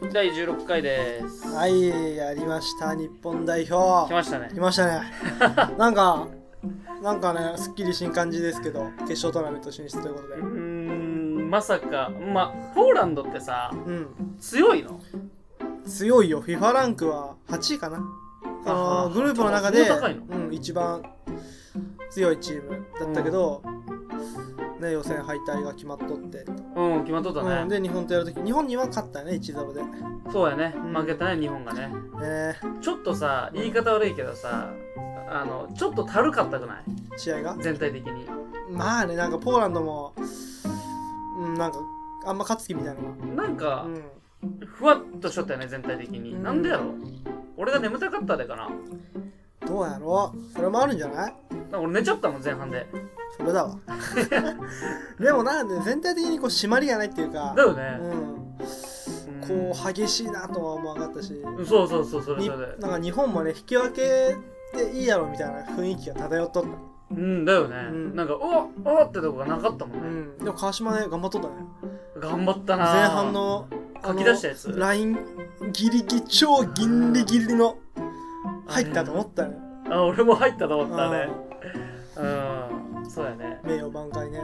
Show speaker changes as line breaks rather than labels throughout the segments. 16回です。
はい、やりました、日本代
来
表。
ましたね
来。ましたね。なんか、なんかね、すっきり新感じですけど、決勝トーナメント進出ということで
うー。ん、まさか、ま、ポーランドってさ、
うん、
強いの
強いよ、FIFA ランクは8位かな。あ
あ
の
ー
グループの中
そ
で、
んな高いの
うん、一番強いチームだったけど、ね、予選敗退が決まっとって、
うん、決まっとった
う
ね。
ん、で日本とやるとき日本には勝ったよね1-0で、
そうやね。
うん
負けたね、日本がね。
え
ちょっとさ、言い方悪いけどさ、あの、ちょっとたるかったくない
ー試合が
全体的に。
まあねなんかポーランドも、うん、なんかあんま勝つ気みたいなの
なん
が、
か
う、ん、
ふわっとしとったよね、全体的に。
うん
なんでやろ俺が眠たかったでかな。
どうやろうそれもあるんじゃない
なんか俺寝ちゃったもん、前半で。
それだわ でもなんで全体的にこう締まりがないっていうか
だ、よね。
うん、
ん
こう激しいなとは思わなかったし、
うんそうそうそう、それ
に
それ。
なんか日本もね引き分けでいいやろみたいな雰囲気が漂っとっ
うんだよね、
うん
なんかおおってとこがなかったも
た、うん
ね、
ん、でも川島ね頑張っとったね
頑張った
前
な
半のあ
書き出したやつ
ラインギリギリ超ギリギリの入ったと思ったね
あ俺も入ったと思ったね
う
うんそうやね
ん名誉挽回ね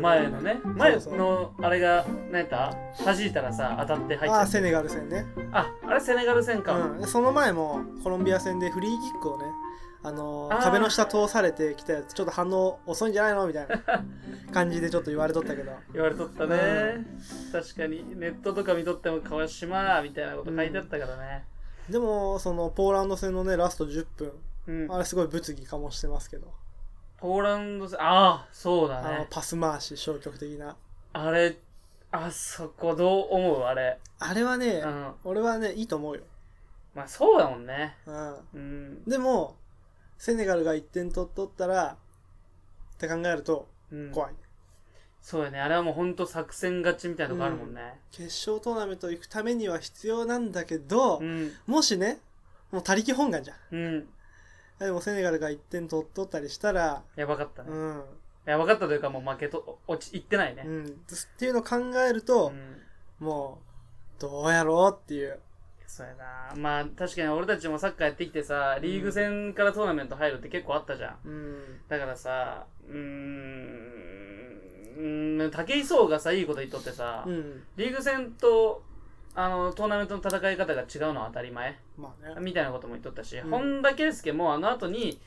前のね前
そう
のあれが何やった弾いたらさ当たって入っ
あ
た
あセネガル戦ね、
ああれセネガル戦か、
うん、その前もコロンビア戦でフリーキックをねあのー
あー
壁の下通されてきたやつちょっと反応遅いんじゃないのみた いな感じでちょっと言われとったけど
言われとったね、
う
確かにネットとか見とっても川島みたいなこと書いてあったからね
でもそのポーランド戦のねラスト10分
うん、
あれすごい物議かもしてますけど
ポーランド戦ああそうだ
あの
ね
パス回し消極的な
あれあそこどう思うあれ、
あれはね、
うん
俺はねいいと思うよ、
まあそうだもんね
うん、
うん
でもセネガルが1点取っとったらって考えると
うん
怖い、
そうやねあれはもうほんと作戦勝ちみたいなとこあるもんね
決勝トーナメント行くためには必要なんだけど、
うん
もしねもう他力本願じゃん
うん
でもセネガルが1点取っとったりしたら
やばかったね
うん、
やばかったというかもう負けと落ちいってないね
うん、っていうのを考える
う
と、
ん
もうどうやろうっていう
そうやなまあ確かに俺たちもサッカーやってきてさリーグ戦からトーナメント入るって結構あったじゃん
うん
だからさうーんうーん武井壮がさいいこと言っとってさ
うん
リーグ戦とあのトーナメントの戦い方が違うのは当たり前
まあね
みたいなことも言っとったし、
うん
本田圭佑もあの後に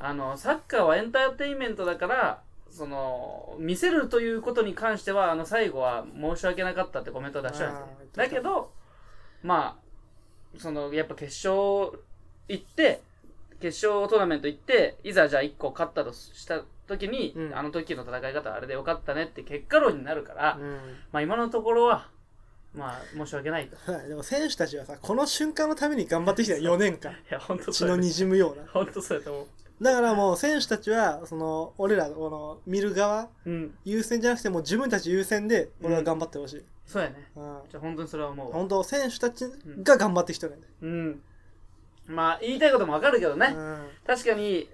あのサッカーはエンターテインメントだからその見せるということに関してはあの最後は申し訳なかったってコメントを出したんですね
あー言っとった
だけどまあそのやっぱ決勝行って決勝トーナメント行っていざじゃあ1個勝ったとした時に、
うん
あの時の戦い方はあれでよかったねって結果論になるから、
うん
まあ今のところはまあ申し訳ないとい
はいでも選手たちはさこの瞬間のために頑張ってきた4年間
や本当
血
そうや
の
と
にじむような
本当そうやと思う
だからもう選手たちはその俺らこの見る側
うん、
優先じゃなくてもう自分たち優先で俺は頑張ってほしい、
そうやね。
うん
じゃあ本当にそれは思うわ。
本当選手たちが頑張ってきてるね、
うん。まあ、言いたいこともわかるけどね。
う
確かに、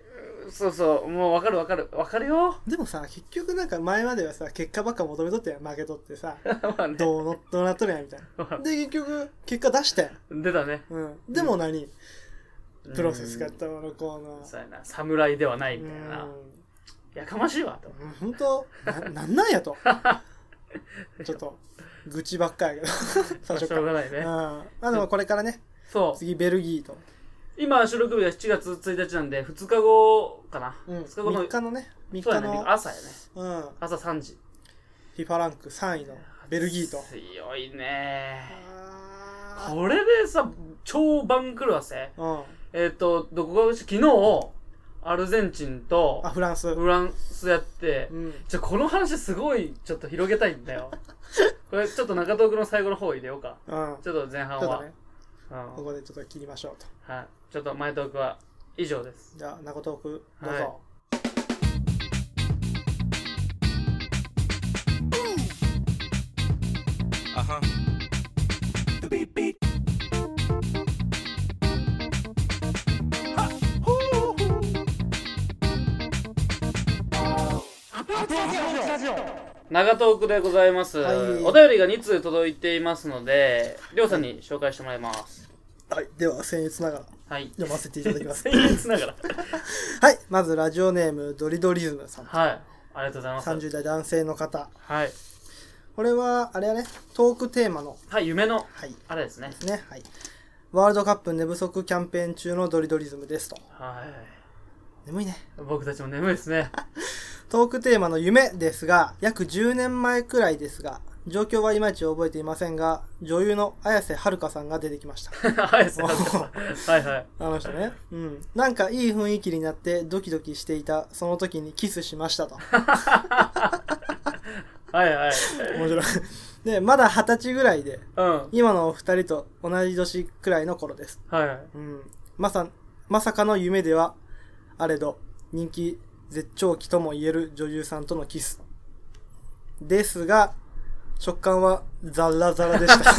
うそうそう、もうわかるわかる。わかるよ。
ん、でもさ結局なんか前まではさ結果ばっか求めとってやん負けとっ てさ
まあね、
どうのどうなっとるやんみたいなで結局結果出したやん、
出たね。
うん、でも何、プロセス
が
がどうのこうの
そうやな。侍ではないみたいな。
うん
やかましいわ、と。
本当ななんなん やとちょっと愚痴ばっかやけ ど最初
し
か
ょ
ら、
う
うん、
がないね。
まあでもこれからね
そう。
次ベルギーと、
今、収録日が7月1日なんで、2日後かな。
うん、
2日後の
3、日のね3
そう
日
やね
の、
朝やね。
うん、
朝3時。
FIFA ランク3位のベルギーと
強いね。
あ
これでさ、超番狂わせ。
ーうん
えっ、と、どこが、昨日、アルゼンチンと
あフランス、
フランスやって
う、ん、
じゃあこの話すごいちょっと広げたいんだ よ。これちょっと中東区の最後の方入れようか。
うん、
ちょっと前半
ちょっ
は。
とね、
うん
ここでちょっと切りましょうと。
はい。ちょっと前トークは以上です。
じゃあ、ナコトーク、どうぞ。
はい長トークでございます、
はい
お便りが2通届いていますのでりょうさんに紹介してもらいます
はい、では僭越ながら
はい
読ませていただきます。
僭越ながら
はい、まずラジオネームドリドリズムさん、
はいありがとうございます
30代男性の方。
はい
これはあれあれトークテーマの
はい夢の
はい
あれですね
ね、はい。ワールドカップ寝不足キャンペーン中のドリドリズムですと。
はい
眠いね。
僕たちも眠いですね
トークテーマの夢ですが、約10年前くらいですが、状況はいまいち覚えていませんが、女優の綾瀬はるかさんが出てきました。
はいそうですはいはい
あの人ね。うん。なんかいい雰囲気になってドキドキしていた、その時にキスしましたと。
はいはい
面白い。で、まだ二十歳ぐらいで、
うんは
今のお二人と同じ年くらいの頃です。
いはい
うん。まさ、まさかの夢では、あれど、人気絶頂期とも言える女優さんとのキス。ですが、食感はザラザラでした。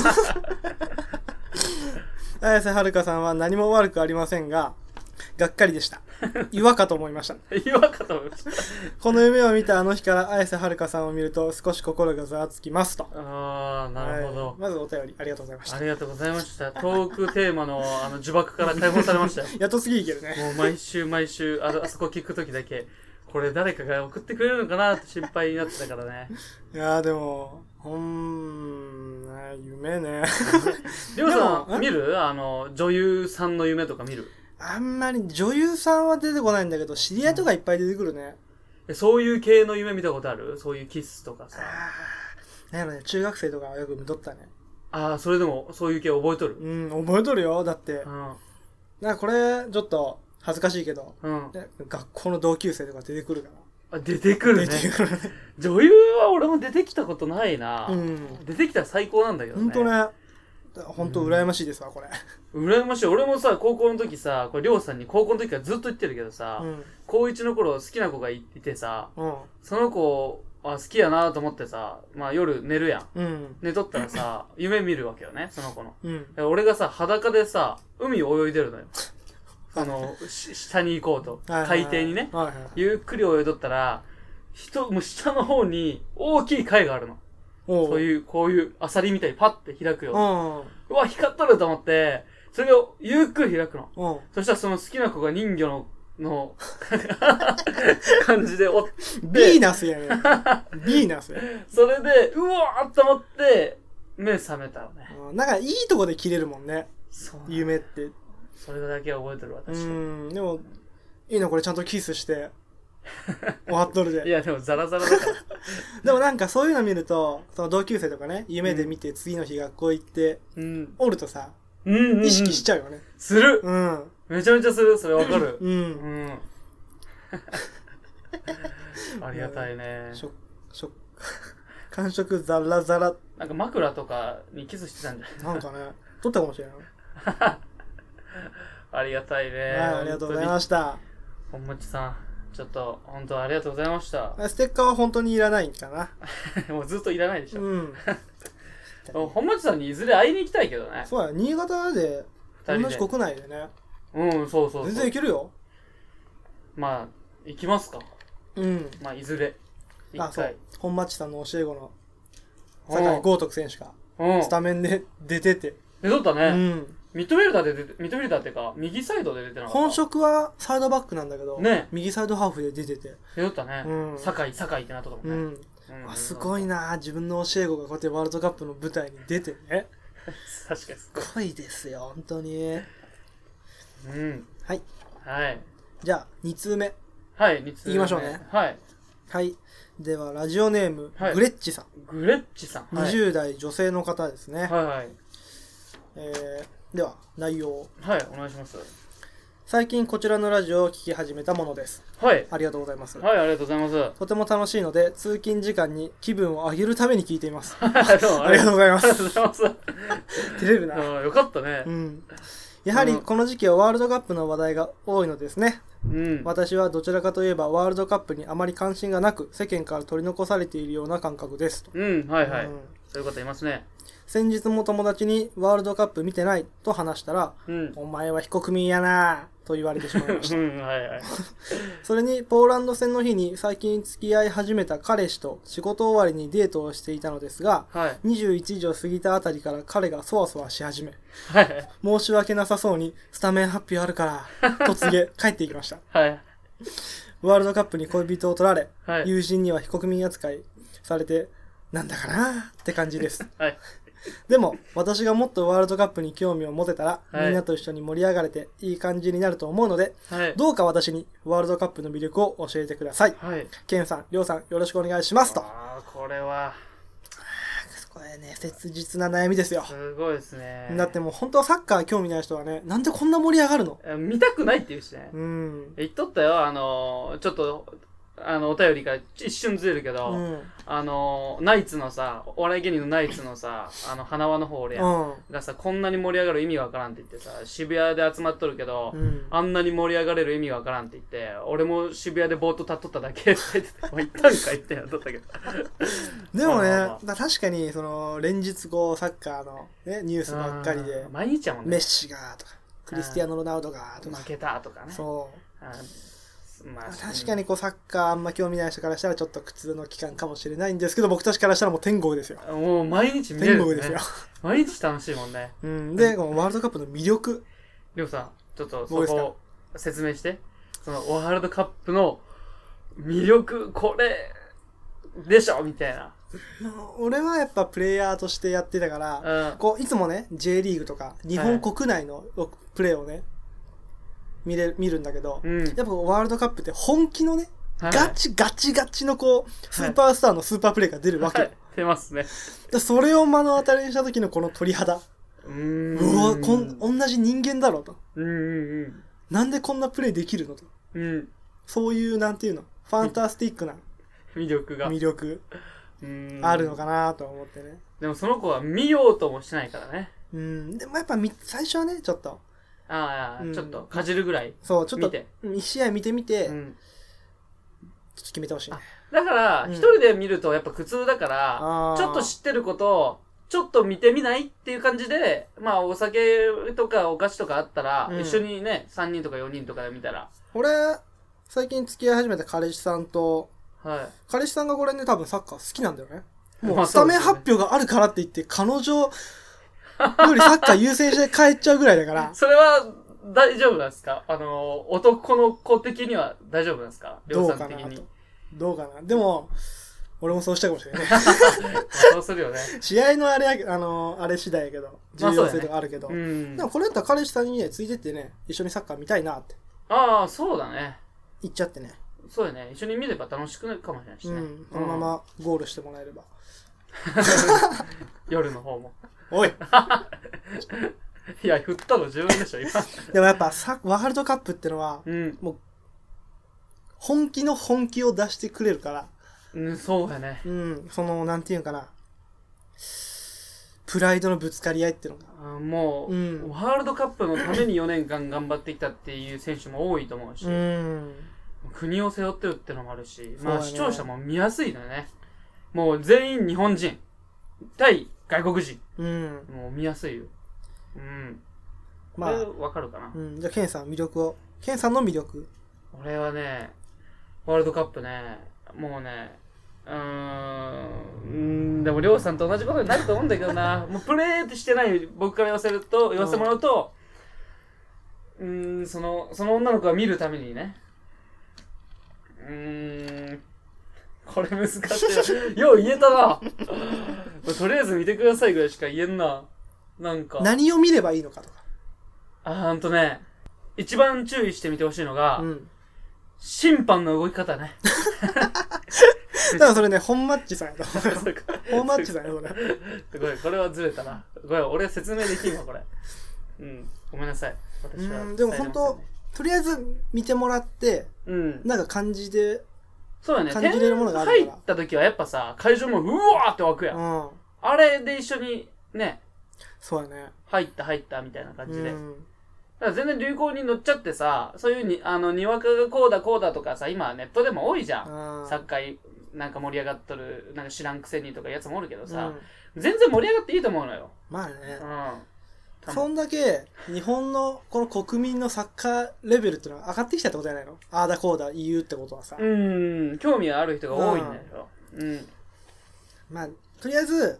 綾瀬はるかさんは何も悪くありませんが、がっかりでした。違和かと思いました。
違和かと思いました
この夢を見たあの日から綾瀬はるかさんを見ると少し心がざわつきますと。
ああなるほど、
はいまずお便りありがとうございまし
あ
た。
りがとうございましたトークテーマのあの呪縛から解放されましたよ
やっと次いけるね。
もう毎週毎週ああそこ聞く時だけこれ誰かが送ってくれるのかなって心配になってたからね
いやーでも、ほん、ね夢ね。
りょう
でも
さ
え
ん見るあの女優さんの夢とか見る
あんまり女優さんは出てこないんだけど、知り合いとかいっぱい出てくるね。
えそういう系の夢見たことあるそういうキスとかさ
あーなんやろね、中学生とかはよく見とったね。
ああそれでもそういう系覚えとる
うん、覚えとるよ。だって
う、ん
なんかこれ、ちょっと恥ずかしいけど、
うん
ね学校の同級生とか出てくるか
あ出てく
ら。
る
出て
ね
くるね。
女優は俺も出てきたことないな、
うん。
出てきたら最高なんだけど
ほ
ね
んとね、ほんと羨ましいですわ、これ。
羨ましい俺もさ高校の時さこれりょうさんに高校の時からずっと言ってるけどさ、
うん。
高1の頃好きな子がいいてさ
うん。
その子あ好きやなと思ってさまあ夜寝るやん
うん。
寝とったら さ夢見るわけよねその子の
うん。
で俺がさ裸でさ海を泳いでるのよあのし下に行こうと海底にね
はいはいはい。
ゆっくり泳いどったら人もう下の方に大きい貝があるの
お
そう
う。
いうこういうアサリみたいにパッて開くよ
うん。
うわ、光っとると思って、それをゆっくり開くの。
うん。
そしたらその好きな子が人魚の、の感じでおっ
ヴィー
て、
ナ スやね。ヴィーナスや。
それで、うわーっと思って、目覚めたのね。
うんなんかいいとこで切れるもんね。
そうなの
夢って。
それだけは覚えてる
う
私は。
ん。でも、いいのこれちゃんとキ スして。終わっとる
い
で。
や、でもザラザラだから。
でもなんかそういうの見ると、その同級生とかね、夢で見て次の日学校行って、
うん。
おるとさ、
うんうん、うん。
意識しちゃうよね。
する
うん。
めちゃめちゃするそれわかる。
う。
うん ん。ありがたいね。
食、食、 感触ザラザラ。
なんか枕とかにキスしてたんじゃない
なんかね、撮ったかもしれない。
ありがたいね。
はい、ありがとうございました。
本町さん、ちょっと本当ありがとうございました。
ステッカーは本当にいらないんかな。
もうずっといらないでしょ。
うん。
本町さんにいずれ会いに行きたいけどね。
そうや、新潟で、
二人
同じ
で。
国内でね、
うん、そうそう
全
そ
然
う
い。けるよ。
まあ、行きますか。
うん。
まあ、いずれ。
あ、
一
そ
回
う。。本町さんの教え子の、
う
酒井豪徳選手が、
ん。うん
ス。タメンで出てて。
出とった
う
ね。
ん。
ミッドフィルダーで出て、ミッドフィルダーっていうか、右サイドで出てなかった。
本職はサイドバックなんだけど、
ね
右サイドハーフで出てて。
出とったね
うん。
酒井、酒井ってなっとった
う
もんね。
ん。
うん
あすごい。な自分の教え子がこうやってワールドカップの舞台に出てね。
確かにすごい。
すごいですよ、本当に。
うん。
はい。
はい。
じゃあ、2通目。
はい、三つ目
行きましょうね。
はい。
はい。では、ラジオネーム、
はい
グレッチさん。
グレッチさん。はい
20代女性の方ですね。
はいはい。
えーでは、内容。
はい、お願いします。
最近こちらのラジオを聞き始めたものです。
はい。
ありがとうございます。
はい、ありがとうございます。
とても楽しいので、通勤時間に気分を上げるために聞いて います。あ
はいどうもあ
り
りがとう
がとうございま
ござい
す。
ます。
照れる
あ
な。
ーよかったね
う。ん。やはりこの時期はワールドカップの話題が多いのですね。
うん。
私はどちらかといえばワールドカップにあまり関心がなく、世間から取り残されているような感覚ですと。。
うん、はいはいう
ん
そういうこと言いますね。
先日も友達にワールドカップ見てないと話したら、
うん。
お前は非国民やなぁと言われてしまいまし
う
た。
ん、はいはい。
それに、ポーランド戦の日に最近付き合い始めた彼氏と仕事終わりにデートをしていたのですが、
はい。
21時を過ぎたあたりから彼がそわそわし始め、
はい。
申し訳なさそうに、スタメン発表あ るから、と告げ、帰っていきました。
はい。
ワールドカップに恋人を取られ、
はい。
友人には非国民扱いされて、なんだかなーって感じです。
はい。
でも、私がもっとワールドカップに興味を持てたら、
はい
みんなと一緒に盛り上がれていい感じになると思うので、
はい。
どうか私にワールドカップの魅力を教えてください。
はい。
ケンさん、りょうさん、よろしくお願いしますと。
ああ、これは、
これね、切実な悩みですよ。
すごいですね。
だってもう本当はサッカー興味ない人はね、なんでこんな盛り上がるの
え見たくないって言うしね。
うん。
言っとったよ、あのー、ちょっと、あの、お便りから一瞬ずれるけど、
うん。
あのー、ナイツのさ、お笑い芸人のナイツのさ、あの、花輪の方俺やん
うん。
がさ、こんなに盛り上がる意味わからんって言ってさ、渋谷で集まっとるけど、
うん
あんなに盛り上がれる意味わからんって言って、俺も渋谷でぼーっと立っとっただけって言ってて、お前行ったんか行ってなっとったけど。
でもね、
まあまあまあ
だ確かに、その、連日こう、サッカーの、ね、ニュースばっかりで
うん、毎日やもん
メ
ね
ッ。シが、とか、クリスティアーノ・ロナウドが、とか
負、けたとかね。
そう。
うんまあ、
確かにこうサッカーあんま興味ない人からしたらちょっと苦痛の期間かもしれないんですけど僕たちからしたらもう天国ですよ
もう毎日見れ
天
る、ね。
国ですよ、
毎日楽しいもんね。
うん、でこのワールドカップの魅力
りょうさん、ちょっと
どう
そ
です
こ
か
を説明して。そのワールドカップの魅力、これでしょみたいな。
俺はやっぱプレイヤーとしてやってたから
うん。
こういつもね J リーグとか日本国内のプレーをね見れ見るんだけど
うん。
やっぱこうワールドカップって本気のね
はい
ガチガチガチのこうスーパースターのスーパープレーが出るわけよ
はい出ますね。
でそれを目の当たりにした時のこの鳥肌
うー
うわこん
うん
同じ人間だろうと
うんうん。
なんでこんなプレーできるのと
うん。
そういう、なんていうの、ファンタスティックな
魅力が。
魅力
うん
あるのかなと思ってね。
でもその子は見ようともしてないからね。
うん、でもやっぱみ最初はね、ちょっと、
ああ、
うん
ちょっとかじるぐらい。
そう、ちょっ
見
と、
て。
一試合見てみて、
う
ちょっ
ん。
と決めてほしいね。
だから、
うん
一人で見るとやっぱ苦痛だから、
あー
ちょっと知ってることを、ちょっと見てみないっていう感じで、まあお酒とかお菓子とかあったら、
うん
一緒にね、3人とか4人とかで見たら。
俺、最近付き合い始めた彼氏さんと、
は
彼氏さんがこれね、多分サッカー好きなんだよね。も
ま
う
あ
スタメン
そう
発
です
表があるからって言って、彼女よりサッカー優先して帰っちゃうぐらいだか
い。
ら、
それは大丈夫なんですかあの、男の子的には大丈夫なんですか
ど
量
う
産
か
的
な
に
と。。どうかな。でも、俺もそうしたいかもしれ ないね。
そうするよね。
試合のあれや、あのーあれ次第やけど、
まあ
重
そうだ
要
ね
性とかあるけど、
うん
で。もこれやったら彼氏さんにね、ついてってね、一緒にサッカー見たいなって
ああ、そうだね。
言っちゃってね、
そうだね。一緒に見れば楽しくなるかもしれないし
う
ね。
ん、このま
うん
まゴールしてもらえれば。
夜の方も。
おい
いや、振ったの自分でしょ、 今。
でもやっぱサワールドカップってのは、
うん
本気の本気を出してくれるから、
うん。そうやね。
うん、その、なんていうんかな、プライドのぶつかり合いっていうのが、
あもう、
うん
ワールドカップのために4年間頑張ってきたっていう選手も多いと思うし、
うん、
国を背負ってるってのもあるし、
そう
まあ
だね
視聴者も見やすいのよね。もう全員日本人、対外国人、
うん、
もう見やすいよ。うん。
ま
ま
あ
あ、、わかるかな
う。ん、じゃあ、ケンさん、魅力を、ケンさんの魅力、
俺はね、ワールドカップね、もうね、うーん、でも、りょうさんと同じことになると思うんだけど な、もうプレーしてない僕から言わせると、言わせてもらうと、うーん、その、その女の子が見るためにね、うーん、これ難しいな。よう言えたな。とりあえず見てくださいぐらいしか言えんな。なんか。
何を見ればいいのかとか。
あ、ほんとね、一番注意してみてほしいのが、
うん
審判の動き方ね。
だからそれね、本マッチさんやと思 う。
そうか
本マッチさんやそれ。
ごめん、これはずれたな。ごめん、俺は説明できんわ、これ。うん、ごめんなさい。私は。
うんでも本当とりあえず見てもらって、
うん。
なんか感じで、
そうだね。
感じれるものがあるから
点入った時はやっぱさ、会場もうわーって湧く
う
やん。
ん。
あれで一緒にね、
そうやね。
入った入ったみたいな感
う
じで。だ
ん。
から全然流行に乗っちゃってさ、そういうに、あの、にわかがこうだこうだとかさ、今ネットでも多いじゃん。
あ
サ
ー
ッカーなんか盛り上がっとる、なんか知らんくせにとかやつもおるけど
う
さ、
ん
全然盛り上がっていいと思うのよ。
まあね
う、ん。多
そ
分
んだけ日本のこの国民のサッカーレベルってのは上がってきたってことじゃないのああだこうだ言うってことはさ、
うん、興味がある人が多いんだよ。うん。
まあとりあえず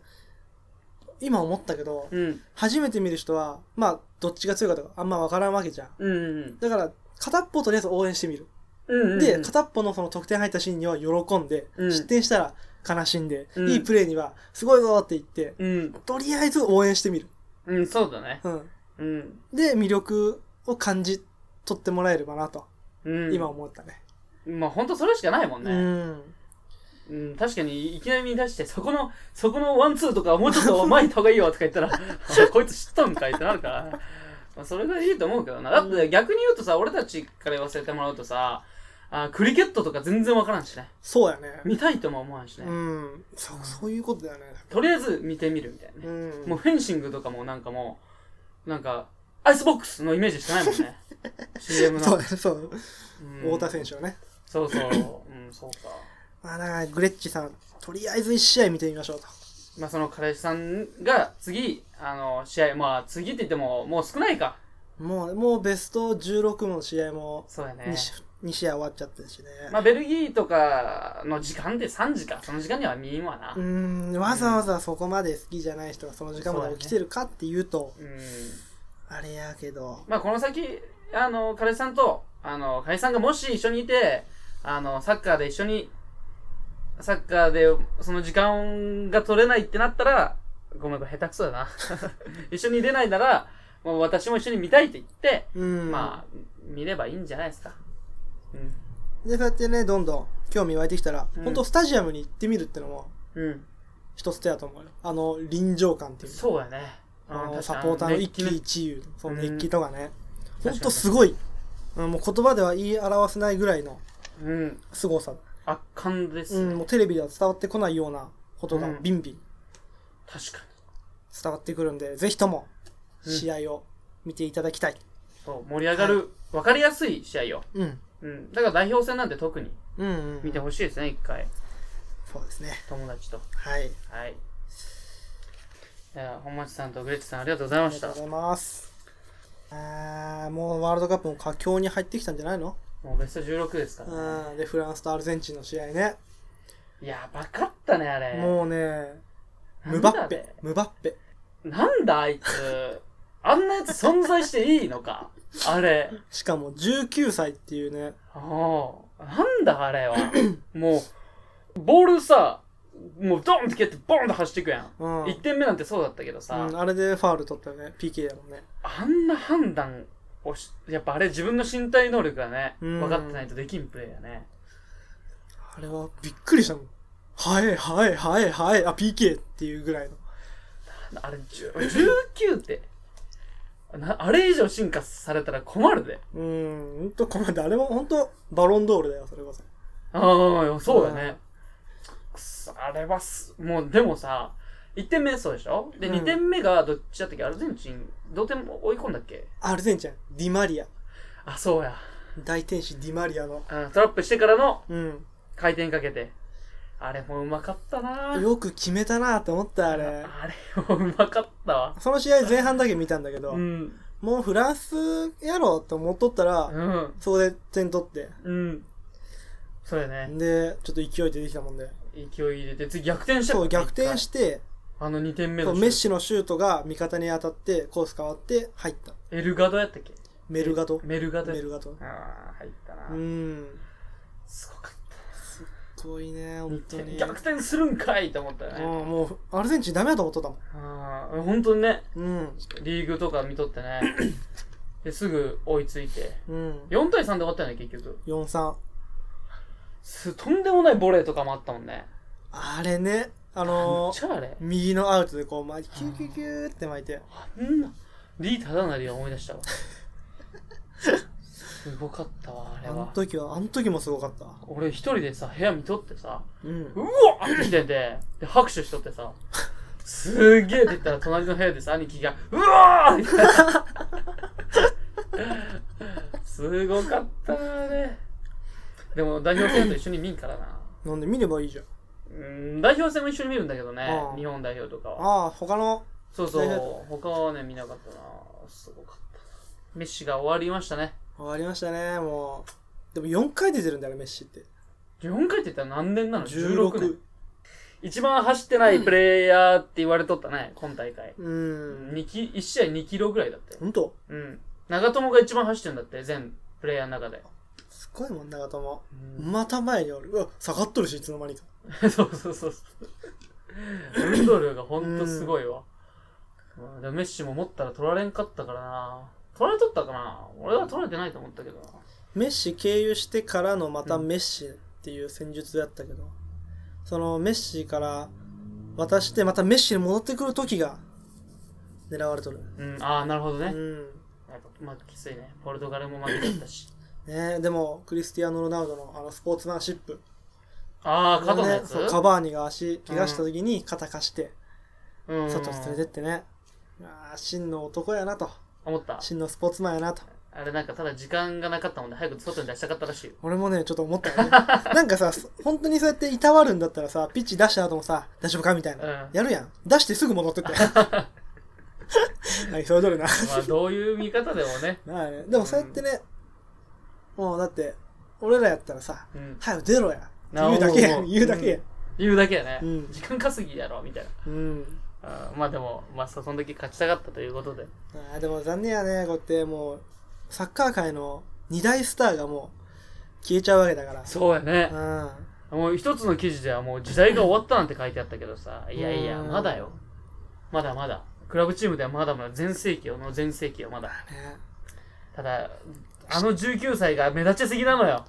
今思ったけど
うん。
初めて見る人はまあどっちが強いかとかあんま分からんわけじゃん
うん。
だから片っぽとりあえず応援してみる、
うん。う
で
ん、
片っぽのその得点入ったシーンには喜んで、
うん
失点したら悲しんで、
うん
いいプレーにはすごいぞって言って
うん。
とりあえず応援してみる、
うん、そうだね。
うん、
うん。
で魅力を感じ取ってもらえればなと、
うん。
今思ったね
まあ本当それしかないもん
う
ね。
ん
うん。確かに、いきなり出して、そこの、そこのワンツーとかもうちょっと前行った方がいいよとか言 ったら、あこいつ知っとんかいってなるから。まあそれがいいと思うけどな。だって逆に言うとさ、俺たちから言わせてもらうとさ、あクリケットとか全然わからんしね。
そうやね
見たいとも思わんしね。
うんそうそういうことだよね
とりあえず見てみるみたいなね。
うん
もうフェンシングとかもなんかもう、なんか、アイスボックスのイメージしかないもん ね。CM
そう
の
だ。ねそう、
うん
太田選手はね
そうそう。うん、そうか。
まあだからグレッチさんとりあえず1試合見てみましょうと
まあその彼氏さんが次、あの、試合、まあ次って言ってももう少ないか。
もうもうベスト16の試合も
そうやね
2,、。二試合終わっちゃってるしね、
まあベルギーとかの時間で3時か。その時間には見んわな
う。んわざわざそこまで好きじゃない人がその時間まで起きてるかっていうと
うん。
あれやけど
まあこの先、あの、彼氏さんと、あの、彼氏さんがもし一緒にいて、あの、サッカーで一緒に、サッカーでその時間が取れないってなったら、ごめん、これ下手くそだな。 一緒に出ないなら、もう私も一緒に見たいって言って、
うん
まあ、見ればいいんじゃないですか。う
でそうやってねどんどん興味湧いてきたら、
うん
本当スタジアムに行ってみるってのも
ん。うん。
一つ手だと思うよあの臨場感っていう
そうやね。うん
あの
確か
サ
に
ポーターの一
熱気
喜
ね
一憂その
うん
熱気とかね、
確かに
本当すごいうんもう言葉では言い表せないぐらいの
うん。
凄さ、
圧巻です
う
ね。
ん、もうテレビでは伝わってこないようなことが
うん
ビンビン
確かに。
伝わってくるんで、ぜひとも
うん
試合を見ていただきたい
そう、盛り上がる、わかりやすい試合よ。
うん
うん。だから代表戦なんて特に
うんうん、
見てほしいですね、一回。
そうですね
友達と。
はい
はい。いや、本町さんとグレッチさんありがとうござい
あ
ま
り
し
が
た
とうご。ざいますあーもうワールドカップも佳境に入ってきたんじゃないの
もうベスト16ですからね。
うんでフランスとアルゼンチンの試合ね、
いや、バカったね、あれ。
もうね
な
ム
ん
バ
だ
ッ
あ
ペ
れ
ムバッペ
なんだ、あいつ。あんなやつ存在していいのか。あれ。
しかも19歳っていうね
ああ、なんだあ れは。もう、ボールさ、もうドンって蹴ってボンって走っていくやん。
うん
1点目なんてそうだったけどさ、
うん、あれでファウル取ったよね PK だもんね
あんな判断をし、やっぱあれ自分の身体能力がね、
うん
分かってないとできんプレーやね。
あれはびっくりしたもんはいはいはいはいあ PK っていうぐらいの
あれ、10 19って。なあれ以上進化されたら困るで。
うんほんと困るあれも本当バロンドールだよそれこそ
ああ、そうだね。くそあれはす、もうでもさ、1点目そうでしょで、
うん
2点目がどっちだったっけアルゼンチン、同点追い込んだっけ
アルゼンチンディマリア
あ、そうや。
大天使ディマリアの
あのトラップしてからの
うん
回転かけて。あれもうまかったなあれ
よく決めたなって思ったあれ
もうまかったわ。
その試合前半だけ見たんだけど、
うん。
もうフランスやろうと思っとったら、
うん。
そこで点取って
うん。そうやね。
でちょっと勢い出てきたもんで
勢い入れて、次逆転した
そう逆転
て。
して
あの2点目
そ
のシュート
うメッシのシュートが味方に当たってコース変わって入った
エルガドやったっけ
メルガト
メルガドや
メ
っ
ルガト
たああ、入ったな、
うん
すごかった。
遠いね本当に
逆転するんかいと思ったよ
うん
ね。
もうアルゼンチンダメだと思っとったもん
ああ、本当にね、
うん
リーグとか見とって ね。ですぐ追いついて。
うん
4対3で終わったよね、結局。
43
すとんでもないボレーとかもあったもんね。
あれねあ
めっ
のー
ちゃあれ。
右のアウトでこう巻いてキューキューキューって巻いて
あんな、リー・タダナリを思い出 したわ。すごかったわ、あれ
あの
は。
時はあの時もすごかった
俺一人でさ、部屋見とってさ、
うん
うわーって来てて、で、拍手しとってさ、すーげーって言ったら隣の部屋でさ、兄貴が、うわーって言ってすごかったね。でも代表戦と一緒に見んからな。
なんで見ればいいじゃん
うん、代表戦も一緒に見るんだけどね
う、ん
日本代表とかは。
ああ、他の、
そうそ
代表
う、他はね、見なかったな。すごかったな。メッシが終わりましたね。
終わりましたね、もう。でも4回出てるんだよね、メッシって。
4回って言ったら何年なの ?16 年
16。。
一番走ってないプレイヤーって言われとったね、今大会。
う。
うんん二キ1試合2キロぐらいだって。
ほんと、
うん。長友が一番走ってるんだって、全プレイヤーの中で。
すごいもん、長友。
うん
また前におる。うわ、下がっとるし、いつの間にか。
そうそうそうそう。運動量がほんとすごいわ。まあでもメッシも持ったら取られんかったからな。取られとったかな俺は取られてないと思ったけどな。
メッシ経由してからのまたメッシっていう戦術だったけど、そのメッシから渡してまたメッシに戻ってくる時が狙われとる。
うん、ああ、なるほど
う
ね。
ん。
やっぱ、まあ、きついね。ポルトガルも負けちゃったし。
ねえ、でも、クリスティアーノ・ロナウドのあのスポーツマンシップ。
ああ、肩のやつ、
そうカバーニが足、怪我した時に肩貸して、
うん。
外に連れてってね。ああ、真の男やなと。
思った。
真のスポーツマンやなと。
あれなんかただ時間がなかったもんで早く外に出したかったらしいよ。
俺もね、ちょっと思ったよ ね。なんかさ、本当にそうやっていたわるんだったらさ、ピッチ出した後もさ、大丈夫かみたいな。
うん。
やるやん。出してすぐ戻ってって。はい、それぞれな。
まあどういう見方でもね。
なあねでもそうやってね、もうだって、俺らやったらさ、
うん。
早く出ろや。
なあ
言うだけや
思う思う
言うだけや
うん言うだけやね。
うん
時間稼ぎやろ、みたいな。
うん。
あーまあでも、まあそその時勝ちたかったということで。
ああでも残念やね、こうやってもう、サッカー界の二大スターがもう消えちゃうわけだから。
そうやね。
うん。
もう一つの記事ではもう時代が終わったなんて書いてあったけどさ。いやいや、
うん
まだよ。まだまだ。クラブチームではまだまだ全盛期よの全盛期はまだ。
ね
ただ、あの19歳が目立ちすぎなのよ。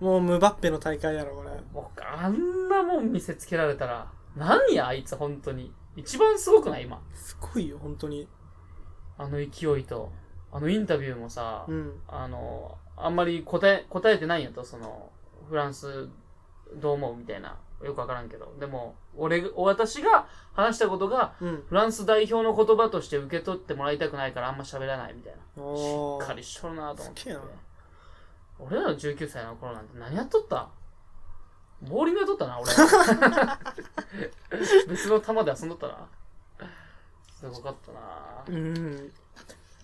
もうムバッペの大会やろ、これ。
もうあんなもん見せつけられたら、何やあいつ本当に。一番すごくない今。
すごいよ、本当に。
あの勢いと。あのインタビューもさ、
うん。
あの、あんまり答え、答えてないんやと、その、フランスどう思うみたいな。よくわからんけど。でも、俺が、私が話したことが、
うん。
フランス代表の言葉として受け取ってもらいたくないからあんま喋らないみたいな。
お
しっか
ー。
りしとるなと思っ
す
て
げえな。
俺らの19歳の頃なんて何やっとったボーリングやっとったな、 俺。別の球で遊んどったな。すごかったな
うん。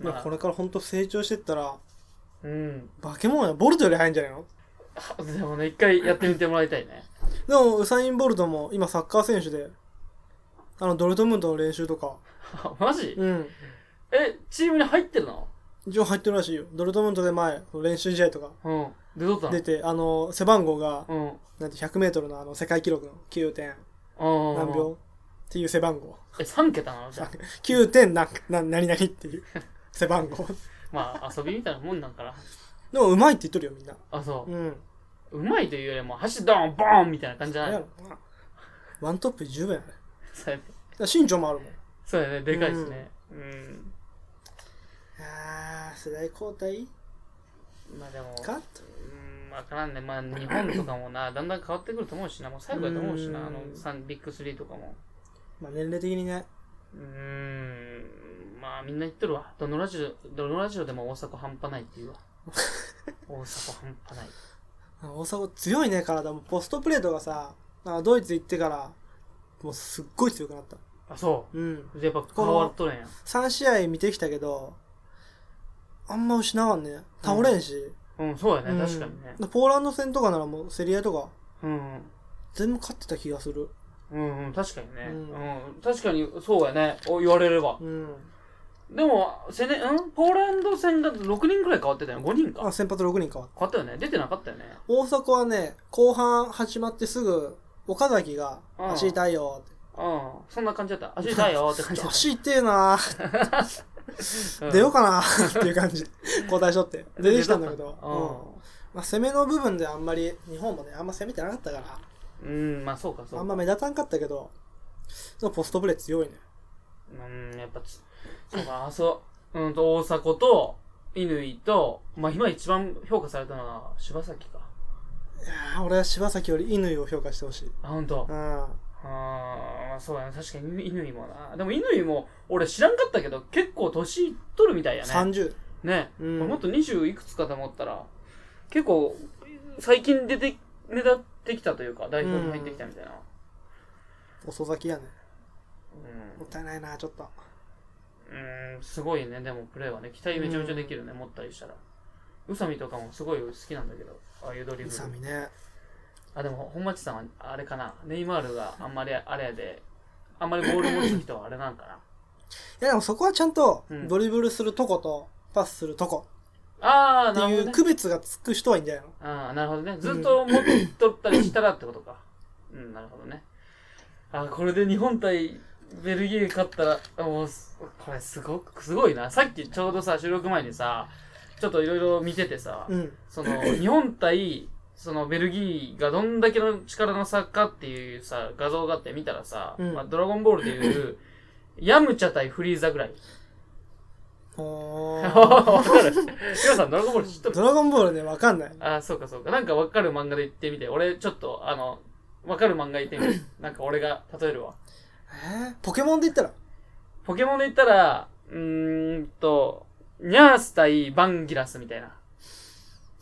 まあ
まあ
これから本当成長してったら、
うん。
化け物や、ボルトより速いんじゃないの
あでもね、一回やってみてもらいたいね。
でも、ウサイン・ボルトも今サッカー選手で、あの、ドルトムントの練習とか、
あマジ
うん。
え、チームに入ってるの
一応入ってるらしいよ。ドルトムントで前、練習試合とか
うん。で、どうだった
出て、あの、背番号が、
の
なんて100メートルのあの、世界記録の9点
うん。うん。
何秒っていう背番号。
え、3桁なのじゃあ
9点なんな、何々って いう背番号。
まあ、遊びみたいなもんなんかな。
でも、うまいって言っとるよ、みんな。
あ、そう
う。ん。
うまいというよりも、走ってドーン、ボーンみたいな感じじゃ
あれ
な
や
い
ろなワントップ十分やね。だか
そうやね
ら身長もあるもん。
そうやね、でかいですね。うん。
あー、世代交代
まあでも、
か
うん、わからんね。まあ、日本とかもな、 だんだん変わってくると思うしな、もう最後やと思うし
うん
な、あの、三ビッグスリーとかも。
まあ、年齢的にね。
うーん、まあみんな言ってるわ。どのラジオ、どのラジオでも大阪半端ないって言う わ。大阪半端ない。
あ大阪強いね、体も。ポストプレートがさ、あドイツ行ってから、もうすっごい強くなった。
あ、そ
うん。
う。で、やっぱ変わっとるんや。
3試合見てきたけど、あんま失わんね。倒れんし。
うん、そうや
うん
ね、確かにね。
ポーランド戦とかならもう競り合いとか、
うん。
全部勝ってた気がする。
うん、うん、確かにね。
う
うんん、確かにそうやね。お言われれば。
うん。
でも、せね、うんポーランド戦が6人くらい変わってたよ。5人か。
あ、先発6人変わった。
変わったよね。出てなかったよね。
大阪はね、後半始まってすぐ、岡崎が、
うん
足痛いよって。
うん。そんな感じだった。足痛い よって感じだっ
足痛えなー
た。
出よう
う
かな ーっていう感 じ。交代しとって。
ん
出てきたんだけど。うん。
う
まあ、攻めの部分であんまり、日本もね、あんま攻めてなかったから。
ん。うん、まあそうか、そうか。
あんま目立たんかったけど、そのポストプレー強いね。
うん、やっぱつ、そうか、あそう、うんと、大迫と、乾と、まあ今一番評価されたのは柴崎か。
いやー俺は柴崎より乾を評価してほしい。
あ、ほんと
う。ん。
あー、そうやね。確かに乾もな。でも乾も、俺知らんかったけど、結構年取るみたいやね。
30。
ね。
う
俺もっ
ん。
と20いくつかと思ったら、結構、最近出て、目立ってきたというか、代表に入ってきたみたいな。
遅咲きやね。
うん
もったいないな、ちょっと。
うーん、すごいね、でもプレーはね、期待めちゃめちゃできるね、もったりしたら。宇佐美とかもすごい好きなんだけど、ああいうドリ
宇
ブル
佐。美ね。
あ、でも本町さんはあれかな、ネイマールがあんまりあれやで、あんまりボール持つ人はあれなんかな。
いやでもそこはちゃんと
うん
ドリブルするとことパスするとこ
ああ、
って
なる
い
ほ
う
ど、ね。
区別がつく人はいいんじゃないの
ああ、なるほどね。ずっと持っとったりしたらってことか。うん、なるほどね。あこれで日本対ベルギー勝ったら、あもうす、これすごく、すごいな。さっきちょうどさ、収録前にさ、ちょっといろいろ見ててさ、
うん。
その、日本対、そのベルギーがどんだけの力の差かっていうさ、画像があって見たらさ、
うん
まあ、ドラゴンボールでいう、ヤムチャ対フリーザぐらい。
お
わ
ー
かるヒロさん、ドラゴンボール知っとる
ドラゴンボールね、わかんない。
あ、そうかそうか。なんかわかる漫画で言ってみて。俺、ちょっと、あの、わかる漫画言って みて。なんか俺が例えるわ。
えーポケモンで言ったら
ポケモンで言ったら、うーんと、ニャース対バンギラスみたいな。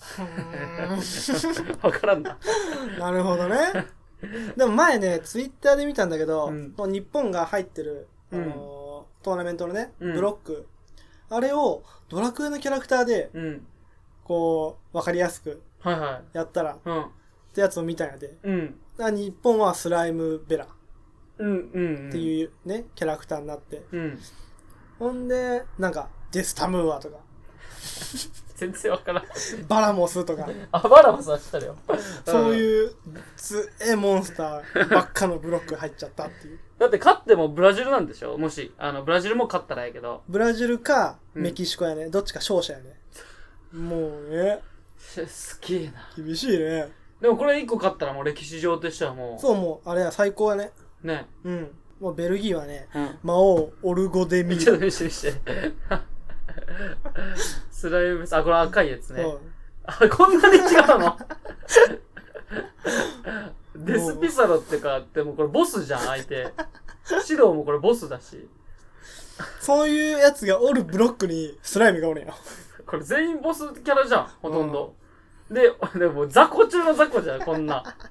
わからんな。
なるほどね。でも前ね、ツイッターで見たんだけど、
うん
日本が入ってる、あ
うん
のートーナメントのね、
うん
ブロック。あれをドラクエのキャラクターで、
うん。
こう、わかりやすく
はいはい。
やったら、っ
うん。
てやつを見たんやで。
うん。
だから日本はスライムベラっ
うん。うん。
て
うん。
いうね、キャラクターになって。
うん。
ほんで、なんか、デスタムーアとか、
全然わからん。
バラモスとか、
あばらもさしたよ。
そう
うん。
いうつえモンスターばっかのブロック入っちゃったっていう。
だって勝ってもブラジルなんでしょもし、あの、ブラジルも勝ったらやけど。
ブラジルか
うん
メキシコやね、どっちか勝者やねもうね
すげえな。
厳しいね
でもこれ一個勝ったらもう歴史上としてはも
そうもうあれや最高やね
う、ね。
うんもうベルギーはね
うん。
魔王オルゴデミ
ちょ
ー
っと見して見して。スライムあ、これ赤いやつね。
そう
あ、こんなに違うのデスピサロってか、でもこれボスじゃん、相手。指導もこれボスだし。
そういうやつがおるブロックにスライムがおるんよ
これ全員ボスキャラじゃん、ほとんど。で、でも雑魚中の雑魚じゃん、こんな。
だか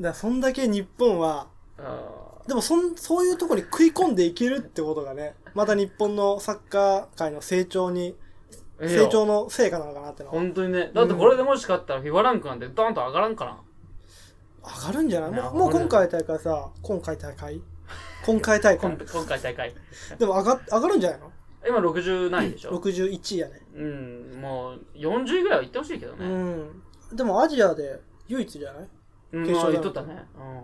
らそんだけ日本は
うん
でもそんそういうとこに食い込んでいけるってことがねまた日本のサッカー界の成長
いい
に
よ
成長の成果なのかなってのは
本当にね。だってこれでもし勝ったら FIFA ランクなんてドーンと上がらんか
上がるんじゃない
いや
もうも
上
う
がる
今回大会さ今回大会今回大
ら。今
会
今回大会。
でも上が上がるんじゃないの
今60ないでしょ。
61位やね
うん、もう40位ぐらいは行ってほしいけどね。
うんでもアジアで唯一じゃないだ
う
か
ん、
決
まあ
勝
言
だ
っ
よ
とったね。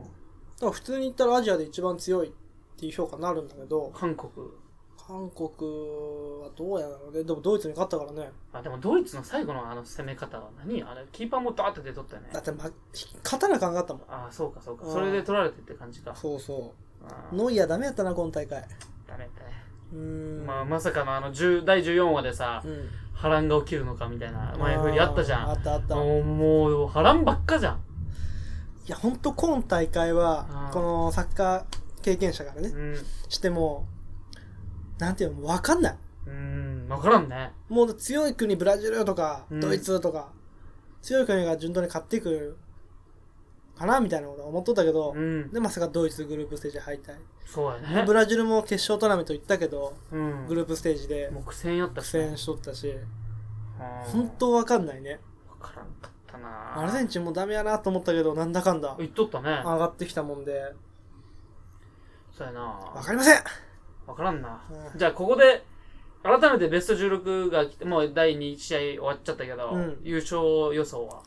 うん。
ら普通に言ったらアジアで一番強いっていう評価になるんだけど
韓国。
韓国はどうやろうねでもドイツに勝ったからね
あ、でもドイツの最後のあの攻め方は何あれ、キーパーもダーって出とったよね。
だって、ま、勝たなあかんかったもん
ああ、そうかそうか。
うん
それで取られてって感じか。
そうそ
あ
う
ー
ノイアーダメやったな今大会
ダメだね。
うーん
まあ、まさかのあの、10第14話でさ
う、ん
波乱が起きるのかみたいな前振りあったじゃ
あ
ん。
ったあったい
もう、もう波乱ばっかじゃん。
や本当今大会
あ
は
ー
このサッカー経験者からね
うん。
してもなんていうの分かんない
うん、わからんね。
もう強い国ブラジルとか
うん
ドイツとか、強い国が順当に勝ってくるかなみたいなことは思っとったけど
う、ん。
でまさかドイツグループステージ敗退
そうや
で
ね
ブ。ラジルも決勝トーナメント行ったけど
うん。
グループステージで
もう苦戦やった
苦
し。
戦しとったし
うん
本当わかんないね
わからんかったな
アルゼンチンもダメやなと思ったけどなんだかんだ
言っとったね。
上がってきたもんで
そうやな
わかりません
わからんな。
う
じゃあ、ここで、改めてベスト16が来て、もう第2試合終わっちゃったけど、
うん
優勝予想は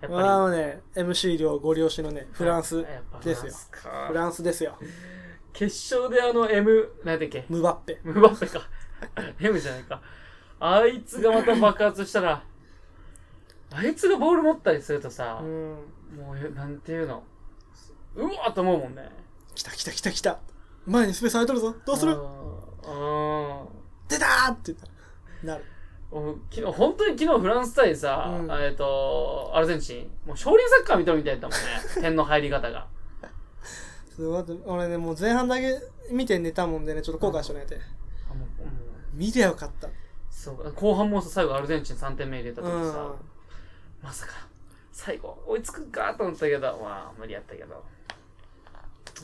やっ
あ
ぱ
のね MC 量ご利用しのね
り。
フランス
やっぱ
ですよ
フラ
フ
ンスか
ランスですよ
決勝であの M、何だっけ
ムバッペ
ムバッペか。M じゃないか。あいつがまた爆発したら、あいつがボール持ったりするとさ
う、ん
もう、なんていうの、うわーと思うもんね。
来た来た来た来た前にスペース空いとるぞどうす
う
る
んうん。
出たーって言ったらなる
うん昨日、本当に昨日フランス対さ、
うん
えっと、アルゼンチン、もう少林サッカー見とるみたいだったもん ね。点の入り方が。
ちょっと待って俺ねもう前半だけ見て寝たもんでねちょっと後悔しとないて
あもうもう
見りゃよかった
そう後半もさ、最後アルゼンチン3点目入れた
う
時さ、
ん
まさか、最後追いつくかと思ったけど、まあ、無理やったけど。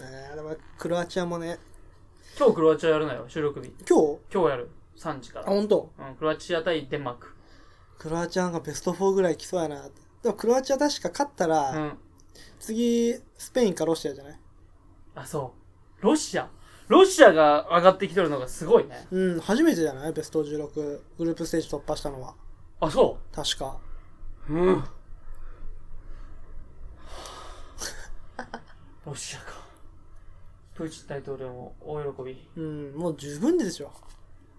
えーでもクロアチアもね、
今日クロアチアやるなよ、収録日。
今日
今日やる。3時か
あ、
ら。
本当
うん、クロアチア対デンマーク。
クロアチアがベスト4ぐらい来そうやな。でもクロアチア確か勝ったら、
うん。
次、スペインかロシアじゃない
あ、そう。ロシア。ロシアが上がってきてるのがすごいね。
うん、初めてじゃないベスト16、グループステージ突破したのは。
あ、そ
確か。
う。うん。ロシアか。プーチン大統領も大喜び。
うん、もう十分でしょ。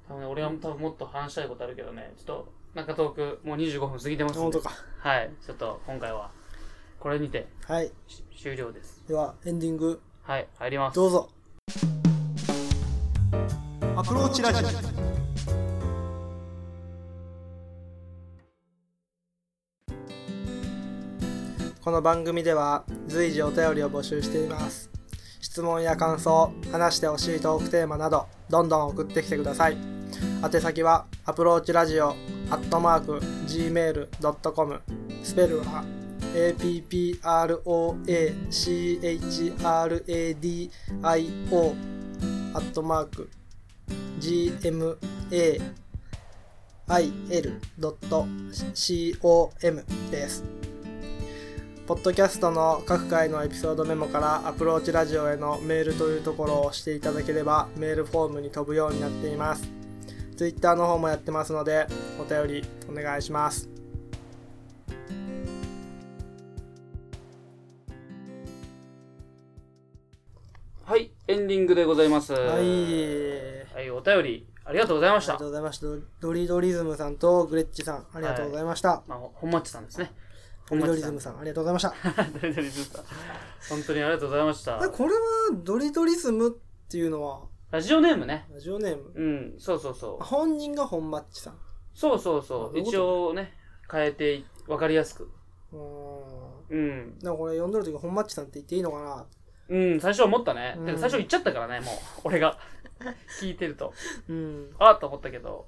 多分ね、俺は多分もっと話したいことあるけどね、ちょっと、なんかトーク、もう25分過ぎてますん
本
で
当。か。
はい。ちょっと、今回は、これにて
はい。
し終了です。
では、エンディング、
はい、入ります。
どうぞ。アプローチラジオ。この番組では随時お便りを募集しています。質問や感想、話してほしいトークテーマなど、どんどん送ってきてください。宛先は、アプローチラジオ、アットマーク、gmail.com、スペルは、approachradio、アットマーク、gmail.com です。ポッドキャストの各回のエピソードメモからアプローチラジオへのメールというところを押していただければメールフォームに飛ぶようになっています。Twitter の方もやってますのでお便りお願いします。
はい、エンディングでございます。
はい。あ
はい、お便り、ありがとうございまし
りが
た
とう。ございました。ドリドリズムさんとグレッチさんありがとうございました。
まあ、ほ本マッチさんですね。
ド
本
リ
マ
ド
ッ
リ
チさ
ズ
ん
ム。さんありがとうございました。
ドリドリズムさん。 本当にありがとうございました
あ。これはドリドリズムっていうのは
ラジオネームね。
ラジオネーム
うん、そうそうそう。
本人が本マッチさん
そうそうそう。
あそういうことね
一応ね、変えてい、わかりやすく。
うーん
うん。
でもこれ読んでる時本マッチさんって言っていいのかな
うん、最初思ったね。
うん
てか最初言っちゃったからね、もう。 俺が。聞いてると。
うん
ああと思ったけど、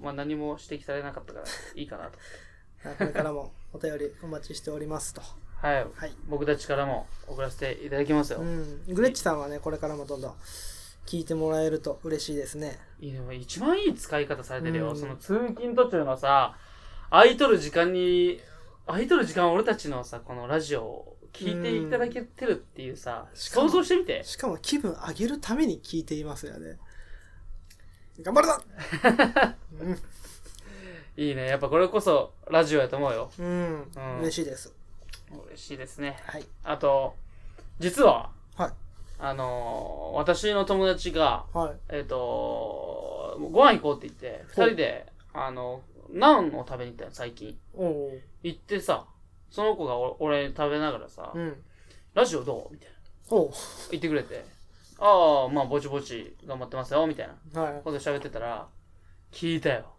まあ何も指摘されなかったから、いいかなと。
これからもお便りお待ちしておりますと
はい。
はい、
僕たちからも送らせていただきますよ。
うん、グレッチさんはねこれからもどんどん聞いてもらえると嬉しいですね
いやでも一番いい使い方されてるよ、
うん
その通勤途中のさ空いとる時間に空いとる時間俺たちのさこのラジオを聞いていただけてるっていうさ、
んしかも
想像してみて
しかも気分上げるために聞いていますよね頑張るぞ
いいねやっぱこれこそラジオやと思うよ
うん、
うん
嬉しいです
嬉しいですね
はい
あと実は
はい
あのー私の友達が
はい
えっ、とご飯行こうって言って
ほう
二人であのナンを食べに行ったよ最近
おおう
行ってさその子がお俺食べながらさ、
うん
ラジオどうみたいな
おう
言ってくれて、ああ、まあ、ぼちぼち頑張ってますよ、みたいな
はい
こと喋ってたら、聞いたよ。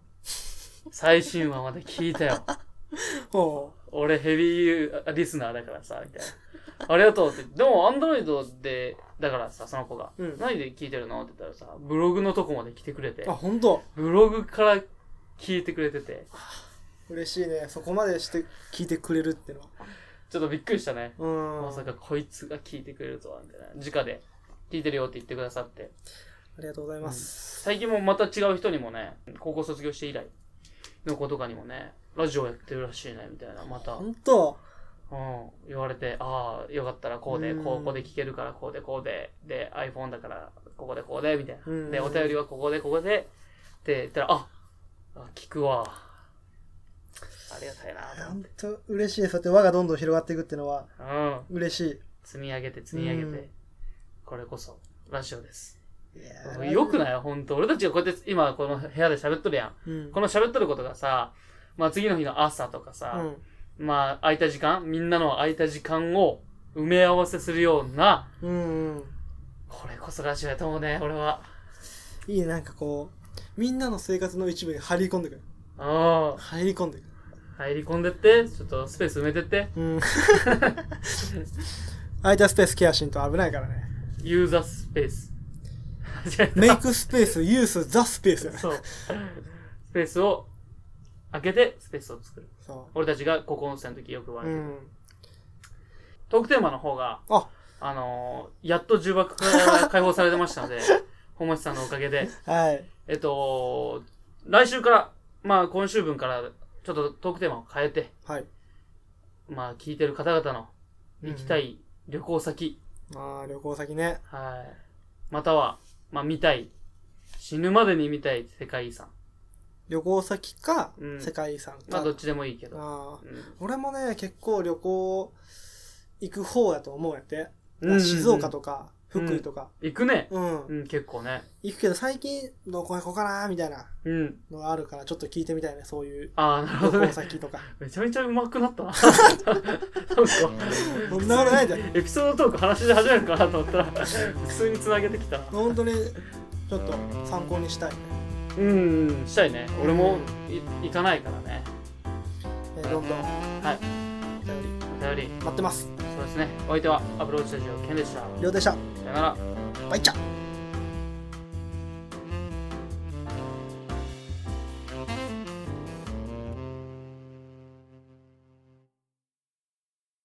最新話まで聞いたよ。
おう
俺ヘビーリスナーだからさ、みたいな。ありがとうって。でも、アンドロイドで、だからさ、その子が、
うん
何で聞いてるのって言ったらさ、ブログのとこまで来てくれて
あ、本当
ブログから聞いてくれてて、
嬉しいねそこまでして聞いてくれるってのは
ちょっとびっくりしたね。
うん
まさかこいつが聞いてくれるとは、みたいな。直で聞いてるよって言ってくださって。
ありがとうございます、
最近もまた違う人にもね高校卒業して以来の子とかにもねラジオやってるらしいねみたいなまた、うん、
本当
言われてああよかったらこうで
うん
こうここで聞けるからこうでこうでで iPhone だからここでこうでみたい
うん
なでお便りはここでここでって言ったらああ聞くわありがたいなと思っ
本
て
当嬉しいそうやって輪がどんどん広がっていくってのは
うん
嬉し
積み上げて積み上げて、
うん
これこそラジオです
いい
よく
い、
ない本当俺たちがこうやって今この部屋で喋っとるやん
うん、
この喋っとることがさ、まあ次の日の朝とか
う
さ、
ん
まあ空いた時間、みんなの空いた時間を埋め合わせするような、
うんうん
これこそラジオやと思うね、俺は。
いいねなんかこうみんなの生活の一部に入り込んでくる
うん。
入り込んでくる
入り込んでって、ちょっとスペース埋めてって、
うん 空いたスペースケアしんと危ないからね
ユーザースペース。
メイクスペースユースザスペースや ね
そう。スペースを開けて、スペースを作る。
そ
俺たちが高校生の時よく言わ
うう
れてる。
ん
トークテーマの方が、
あ
あのーやっと重爆から解放されてましたので、 本町さんのおかげで、
はい。
えっと、来週から、まあ今週分から、ちょっとトークテーマを変えて、
はい。
まあ聞いてる方々の行きたい旅行先、
まあ、旅行先ね。
はい。または、まあ見たい、死ぬまでに見たい世界遺産。
旅行先か、
うん
世界遺産か。
まあどっちでもいいけど。
ああ
う
俺もね、結構旅行行く方やと思うんやって。
んうん
静岡とか、
うん
福井とか。
行くね。
うん。
うん、結構ね。
行くけど最近どこ行こうかなみたいな
うん。
のがあるから、ちょっと聞いてみたいね、そういう
ああ、なるほ
旅
ど
行
ね。
先とか。
めちゃめちゃ上手くなったな。なんか、
そんなことないじゃん。
エピソードトーク話し始めるかなと思ったら、普通に繋げてきたな。
本当に、ちょっと参考にしたいね。
うん、うん、したいね。俺もい行かないからね。
えーどんどん、
はい。
お便り
お便り、
待ってます。
そうですね。お相手は、アプローチスタジオ、ケンでした。
りょうでした。
さよなら。
バイチャ